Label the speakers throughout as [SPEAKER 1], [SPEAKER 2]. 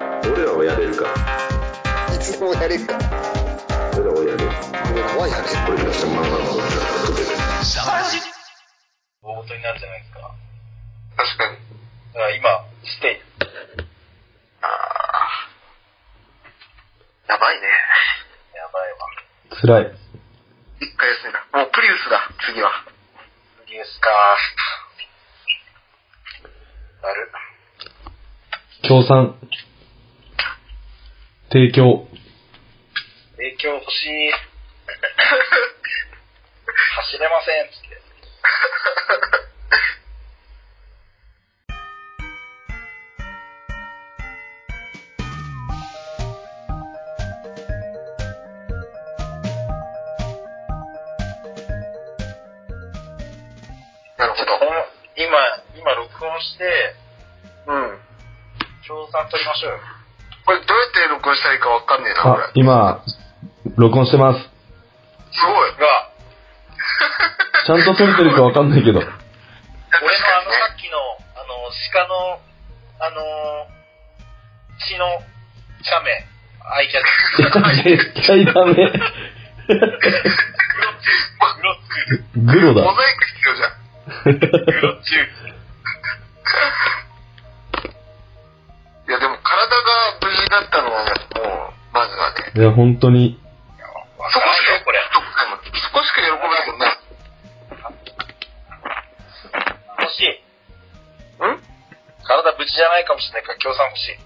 [SPEAKER 1] れるか
[SPEAKER 2] いつもやれるか
[SPEAKER 1] 俺らはやる
[SPEAKER 2] 俺らはやれ
[SPEAKER 1] 俺たちの漫画のことで
[SPEAKER 3] 大事になるじゃないですか。
[SPEAKER 4] 確かに。
[SPEAKER 3] だから今、している。
[SPEAKER 4] あーやばいね。
[SPEAKER 3] やばいわ。
[SPEAKER 5] 辛い。
[SPEAKER 4] 一回休みだ。もうプリウスだ、次は。
[SPEAKER 3] プリウスかなる。
[SPEAKER 5] 協賛。提供。
[SPEAKER 3] 影響欲しい。 走れませんっつって。
[SPEAKER 4] なるほ
[SPEAKER 3] この今、今録音して、
[SPEAKER 4] ど。うん。
[SPEAKER 3] 協賛取りましょうよ。
[SPEAKER 4] これどうやって録音したらいいかわかんねえな、これ
[SPEAKER 5] あ。、今、録音してます。
[SPEAKER 4] すごい。
[SPEAKER 3] が、
[SPEAKER 5] ちゃんと撮れてるかわかんないけど。
[SPEAKER 3] 俺のあのさっきの、あの、鹿の、あのー、血の写メ、アイキャッ チ。
[SPEAKER 5] 絶対ダメ。
[SPEAKER 3] グロック、
[SPEAKER 5] グロ
[SPEAKER 4] モ
[SPEAKER 5] だ。
[SPEAKER 4] ザイク必要じゃん。
[SPEAKER 3] グロッチュー。
[SPEAKER 4] いや、でも体が無事だったのは、もう、まずはね。
[SPEAKER 5] いや、本当に。
[SPEAKER 3] わ
[SPEAKER 4] そ
[SPEAKER 3] か
[SPEAKER 4] こし
[SPEAKER 3] ん
[SPEAKER 4] か
[SPEAKER 3] よ、これ。
[SPEAKER 4] 喜べないもん。そこしか喜べない もんな。
[SPEAKER 3] 欲しい。
[SPEAKER 4] ん
[SPEAKER 3] 体無事じゃないかもしれないから、協賛欲しい。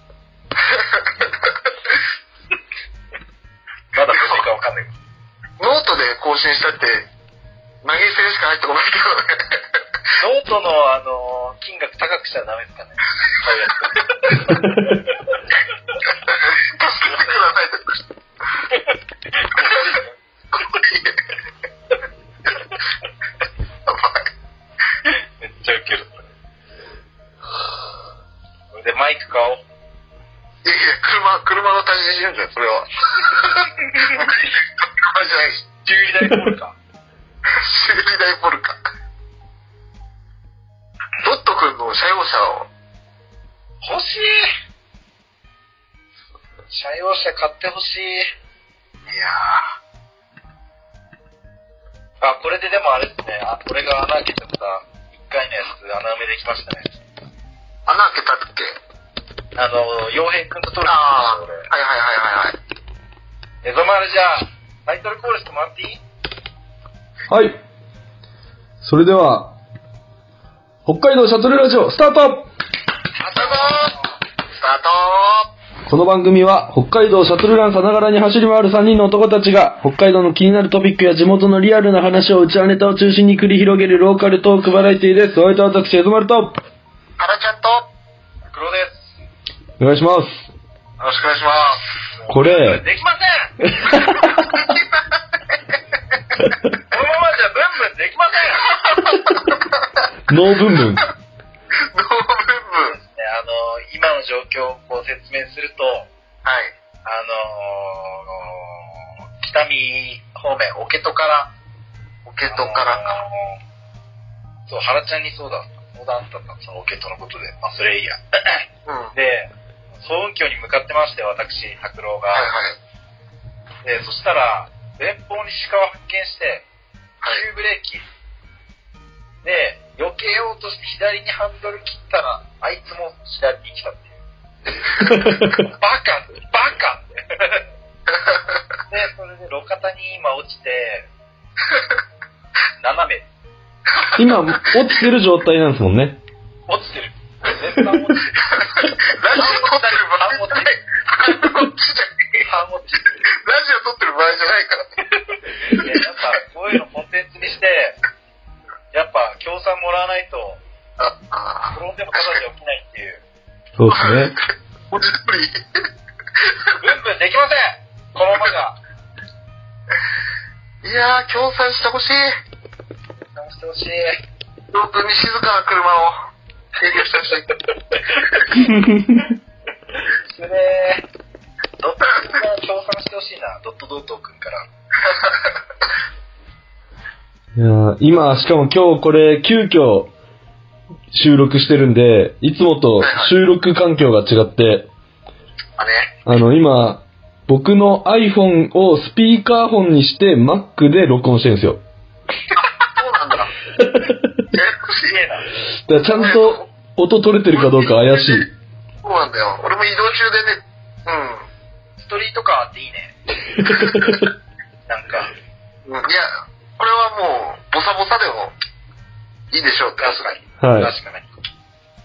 [SPEAKER 3] まだ無事かわ かんないけど。
[SPEAKER 4] ノートで更新したって、投げ銭しか入ってこないけどね。
[SPEAKER 3] ノートの、あのー金額高くしちゃダメですかね。買うや
[SPEAKER 4] 助
[SPEAKER 3] つ。
[SPEAKER 4] けてくださいって。
[SPEAKER 3] めっちゃウケる。これでマイク買 おう。
[SPEAKER 4] いやいや、車、車の対人じゃんじゃん、それは。車じゃないし、
[SPEAKER 3] 修理代コールか。
[SPEAKER 4] 修理代ポルカ。ドット君の車用車を、
[SPEAKER 3] 欲しい車用車買ってほしい。
[SPEAKER 4] いや
[SPEAKER 3] あ、これででもあれですね。あ、これが穴開けちゃった。一回のやつ、穴埋めできましたね。
[SPEAKER 4] ー、穴開けたっけ
[SPEAKER 3] あの、洋平くんと撮るん
[SPEAKER 4] ああ、はい
[SPEAKER 3] ですよ、
[SPEAKER 4] はいはいはいはい。
[SPEAKER 3] 俺。エゾマルじゃあ、タイトルコールしてもらっていい
[SPEAKER 5] はい。それでは、北海道シャトルラジオ、スター
[SPEAKER 4] ス
[SPEAKER 5] ト
[SPEAKER 4] タートスタート
[SPEAKER 5] この番組は北海道シャトルランさながらに走り回る3人の男たちが北海道の気になるトピックや地元のリアルな話をうちわネタを中心に繰り広げるローカルトークバラエティです。お相手は私、エドマルと
[SPEAKER 4] タラちゃんと、よ
[SPEAKER 3] 黒です。
[SPEAKER 5] お願いします。
[SPEAKER 4] ろしくお願いします。
[SPEAKER 5] これ、
[SPEAKER 3] できませんこのままじゃブンブンできません
[SPEAKER 5] ノーブン
[SPEAKER 4] ノーブンブン。
[SPEAKER 5] ブン。
[SPEAKER 3] ねあの、今の状況をこう説明すると、
[SPEAKER 4] はい。
[SPEAKER 3] あのー、北見方面、オケトから、
[SPEAKER 4] ポケットからか。
[SPEAKER 3] あのーそう、原ちゃんにそうだ、相談だったんですよ、オケトのことで。まあ、それいいや。
[SPEAKER 4] うん。はい
[SPEAKER 3] で、総雲峡に向かってまして、私、拓郎が。
[SPEAKER 4] はい。
[SPEAKER 3] で、そしたら、前方に鹿を発見して、
[SPEAKER 4] はい。
[SPEAKER 3] 急ブレーキ。で、避けようとして左にハンドル切ったら、あいつも左に来たってい う。バカバカで、それで路肩に今落ち て、斜め、
[SPEAKER 5] 今、落ちてる状態なんですもんね。
[SPEAKER 3] 落ちてる。全般
[SPEAKER 4] ラジオ撮
[SPEAKER 3] 落ちてる。
[SPEAKER 4] ってる場合じゃない。ラ
[SPEAKER 3] 半落ち。
[SPEAKER 4] ジオ撮ってる場合じゃないから。
[SPEAKER 3] いや、やっぱ、こういうのコンテンツにして、やっぱ、協賛もらわないと、
[SPEAKER 4] ああ。
[SPEAKER 3] 転んでもただじゃ起きないっていう。
[SPEAKER 5] そうですね。
[SPEAKER 4] 文字通り。
[SPEAKER 3] ブンブンできませんこのままじゃ。
[SPEAKER 4] いやー、協賛してほしい。
[SPEAKER 3] なんしてほしい。
[SPEAKER 4] ロープに静かな車を提供してほしい。
[SPEAKER 3] それドット君から協賛してほしいな、ドットドット君から。
[SPEAKER 5] いやー今、しかも今日これ、急遽収録してるんで、いつもと収録環境が違って、
[SPEAKER 4] あね。
[SPEAKER 5] あの、今、僕の iPhone をスピーカーフォンにして Mac で録音してるんですよ。
[SPEAKER 4] そうなんだ。え、
[SPEAKER 3] すげえな。
[SPEAKER 5] だからちゃんと音取れてるかどうか怪しい。
[SPEAKER 4] そうなんだよ。俺も移動中でね、
[SPEAKER 3] ストリートカーっていいね。なんか、
[SPEAKER 4] うん。うんいや、これはもう、ボサボサでも、いいでしょうって。
[SPEAKER 3] 確かに。
[SPEAKER 5] はい。
[SPEAKER 3] 確かに。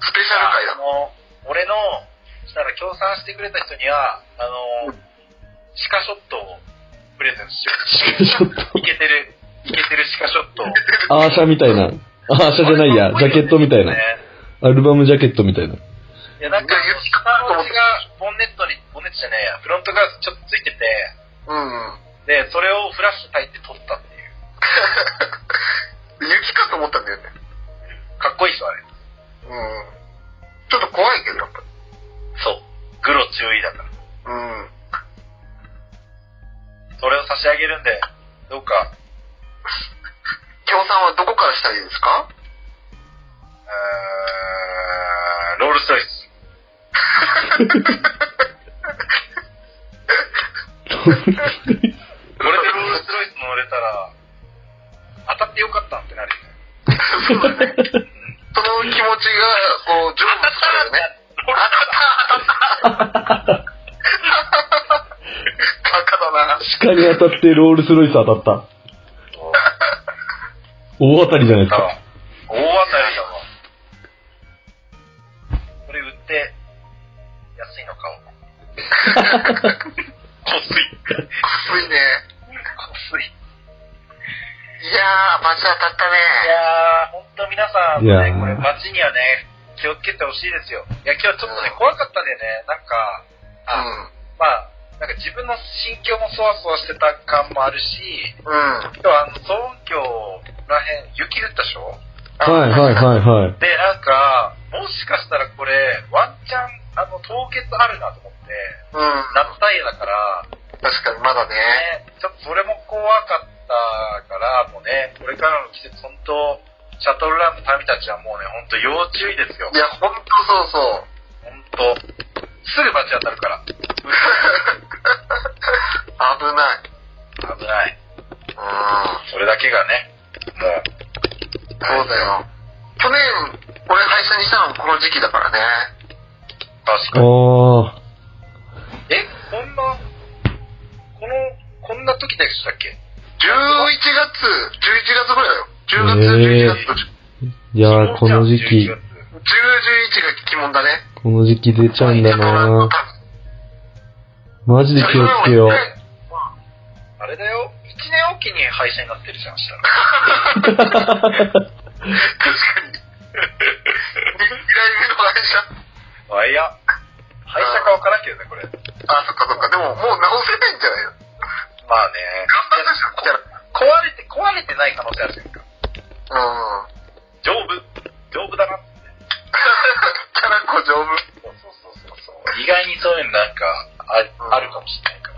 [SPEAKER 4] スペシャル回だ
[SPEAKER 3] あ。の、俺の、したら協賛してくれた人には、あの、シカショットをプレゼントしよ
[SPEAKER 5] ちょっ
[SPEAKER 3] う。いけてる、いけてるシカショットを。
[SPEAKER 5] と、アーシャみたいな。アーシャじゃないや、ジャケットみたいな
[SPEAKER 3] ね。
[SPEAKER 5] アルバムジャケットみたいな。
[SPEAKER 3] いや、なんか、下の字が、ボンネットに、ボンネットじゃねえや、フロントガラスちょっとついてて、
[SPEAKER 4] うん。
[SPEAKER 3] で、それをフラッシュ焚いて撮ったっていう。
[SPEAKER 4] 雪かと思ったんだよね。
[SPEAKER 3] かっこいいっすよ、あれ。
[SPEAKER 4] うん。ちょっと怖いけど、やっぱ。
[SPEAKER 3] そう。グロ注意だから。
[SPEAKER 4] うん。
[SPEAKER 3] それを差し上げるんで、どうか、
[SPEAKER 4] 協賛はどこからしたらいいですか
[SPEAKER 3] うーん、ロールスロイス。これでロールスロイス乗れたら、当たってよかったってなるよね。
[SPEAKER 4] そうだね。その気持ちが、こう、成仏されるね。
[SPEAKER 3] ロール
[SPEAKER 4] バカだな。
[SPEAKER 5] 鹿に当たってロールスロイス当たった。大当たりじゃないです
[SPEAKER 3] スロイスだ
[SPEAKER 5] か。
[SPEAKER 3] わ。大当たりだわ。これ売って、安いの買おう。 こすい。こ
[SPEAKER 4] 薄いね。
[SPEAKER 3] すい。
[SPEAKER 4] いやー、バチ当たった
[SPEAKER 3] い
[SPEAKER 4] ね。
[SPEAKER 3] やー、本当皆さん、
[SPEAKER 5] いや
[SPEAKER 3] ね、
[SPEAKER 5] ー
[SPEAKER 3] これ、街にはね、気をつけてほしいですよ。いや、今日ちょっとね、怖かったんでね、なんか、あまあ、なんか自分の心境もそわそわしてた感もあるし、
[SPEAKER 4] うん。うん。
[SPEAKER 3] 今日あの、騒音響らへん、雪降ったでしょ
[SPEAKER 5] はいはいはいはい。
[SPEAKER 3] で、なんか、もしかしたらこれ、ワンチャン、あの、凍結あるなと思って、
[SPEAKER 4] うん。
[SPEAKER 3] 夏タイヤだから、
[SPEAKER 4] 確かにまだね。
[SPEAKER 3] ね、ちょっとそれも怖かったから、もうね、これからの季節、本当、シャトルランの民たちはもうね、本当要注意ですよ
[SPEAKER 4] い。や、ほんとそうそう。
[SPEAKER 3] 本当すぐ罰当たるから。
[SPEAKER 4] 危ない。うん。そ
[SPEAKER 3] 危ない。それだけがね、もう、
[SPEAKER 4] うだよ。去年、俺配信にしたのこの時期だからね。
[SPEAKER 3] 確かに。
[SPEAKER 5] おー。
[SPEAKER 3] え、こんな、この、こんな時でしたっけ
[SPEAKER 4] 11月、11月ぐらいだよ。10月、
[SPEAKER 5] え
[SPEAKER 4] 11
[SPEAKER 5] ー
[SPEAKER 4] 月、
[SPEAKER 5] いやー、この時期
[SPEAKER 3] 11、
[SPEAKER 4] 10、11
[SPEAKER 3] 月
[SPEAKER 4] が鬼門だね。
[SPEAKER 5] この時期出ちゃうんだなマジで気をつけよう。
[SPEAKER 3] あれだよ、1年おきに廃車になってるじゃん、したら。
[SPEAKER 4] 確かに。2回目の会社。
[SPEAKER 3] あ、いや、廃車かわからんけどね、これ。
[SPEAKER 4] あ、そっかそっか。でも、もう直せないんじゃないよ。
[SPEAKER 3] まあね、
[SPEAKER 4] 頑張り
[SPEAKER 3] 壊れて、壊れてない可能性あるじゃないですか。
[SPEAKER 4] うん。
[SPEAKER 3] 丈夫、丈夫だなっ
[SPEAKER 4] キ
[SPEAKER 3] て。
[SPEAKER 4] ャラ子丈夫。
[SPEAKER 3] そうそうそうそう。意外にそういうのなんか、ああるかもしれないから。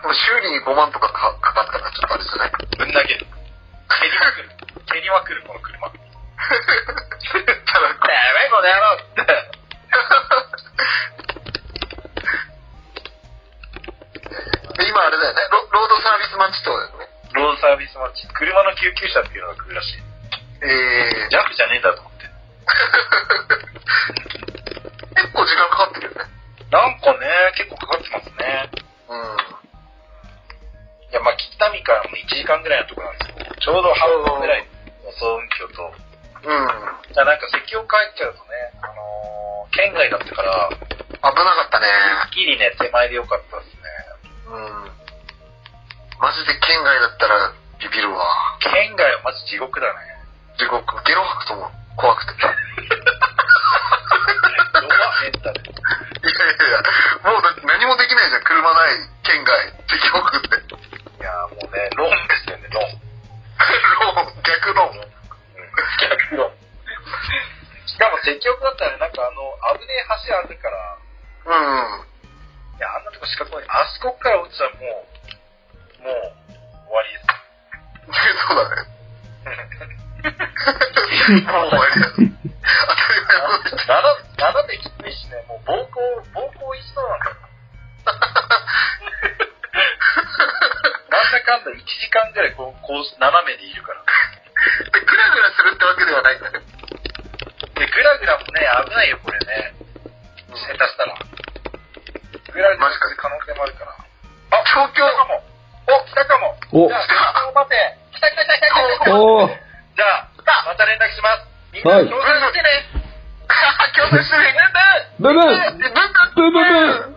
[SPEAKER 4] もう修理に5万とかかかかったらちょっとあれじゃない
[SPEAKER 3] ぶん投げる。蹴りまくる。蹴りまくる、この 車。や
[SPEAKER 4] キャラ子。
[SPEAKER 3] ばい、この野郎って。
[SPEAKER 4] で今あれだよね。ロロードサービスマッチってことだよね。
[SPEAKER 3] ロードサービスマッチ。車の救急車っていうのが来るらしい。
[SPEAKER 4] えー、
[SPEAKER 3] ジャンプじゃねえんだと思って。
[SPEAKER 4] 結構時間かかってるよね。
[SPEAKER 3] なんかね、結構かかってますね。
[SPEAKER 4] うん。
[SPEAKER 3] いや、まあ、北見からも1時間ぐらいのとこなんですけど、ちょうど半分ぐらいの総運挙と。
[SPEAKER 4] うん。
[SPEAKER 3] じゃあなんか席を帰っちゃうとね、あのー、県外だったから、
[SPEAKER 4] 危なかったね。
[SPEAKER 3] はっきりね、手前でよかったですね。
[SPEAKER 4] うん。マジで県外だったらビビるわ。
[SPEAKER 3] 県外はマジ地獄だね。
[SPEAKER 4] 地獄。ゲロ吐くと思う。怖くて。いや
[SPEAKER 3] ロアメンタル。
[SPEAKER 4] いやいや、もうだって何もできないじゃん。車ない、県外、地獄 って。
[SPEAKER 3] いやーもうね、ローンですよね、ロー
[SPEAKER 4] ロー
[SPEAKER 3] ン。
[SPEAKER 4] ン、逆ロ ーン。
[SPEAKER 3] 逆ローン。しかも、積極だったらね、なんかあの、危ねえ橋あるから、
[SPEAKER 4] うん。
[SPEAKER 3] いや、あんなとこ四角い。あそこから落ちたらもう、もう、終わりです。
[SPEAKER 4] そうだね。 もう終わりだ。当たり前の
[SPEAKER 3] 斜め、斜めきついしね、もう、暴行、暴行一度なんだよ。 1時間ぐらいこう、こう斜めでいるから。
[SPEAKER 4] で、グラグラするってわけではないんだね。
[SPEAKER 3] で、グラグラもね、危ないよ、これね。下手したら。グラグラする可能性もあるから。あ、
[SPEAKER 4] 東京
[SPEAKER 3] 来たかも。お、来たかも。
[SPEAKER 5] お
[SPEAKER 3] じゃあ、東京待て。来た来た来た来た来た
[SPEAKER 5] おー
[SPEAKER 3] じゃあ、また連絡します。みんな、
[SPEAKER 5] はい
[SPEAKER 3] 共存してね。
[SPEAKER 4] 共存してね
[SPEAKER 3] ブンブン
[SPEAKER 5] ブブーブーブー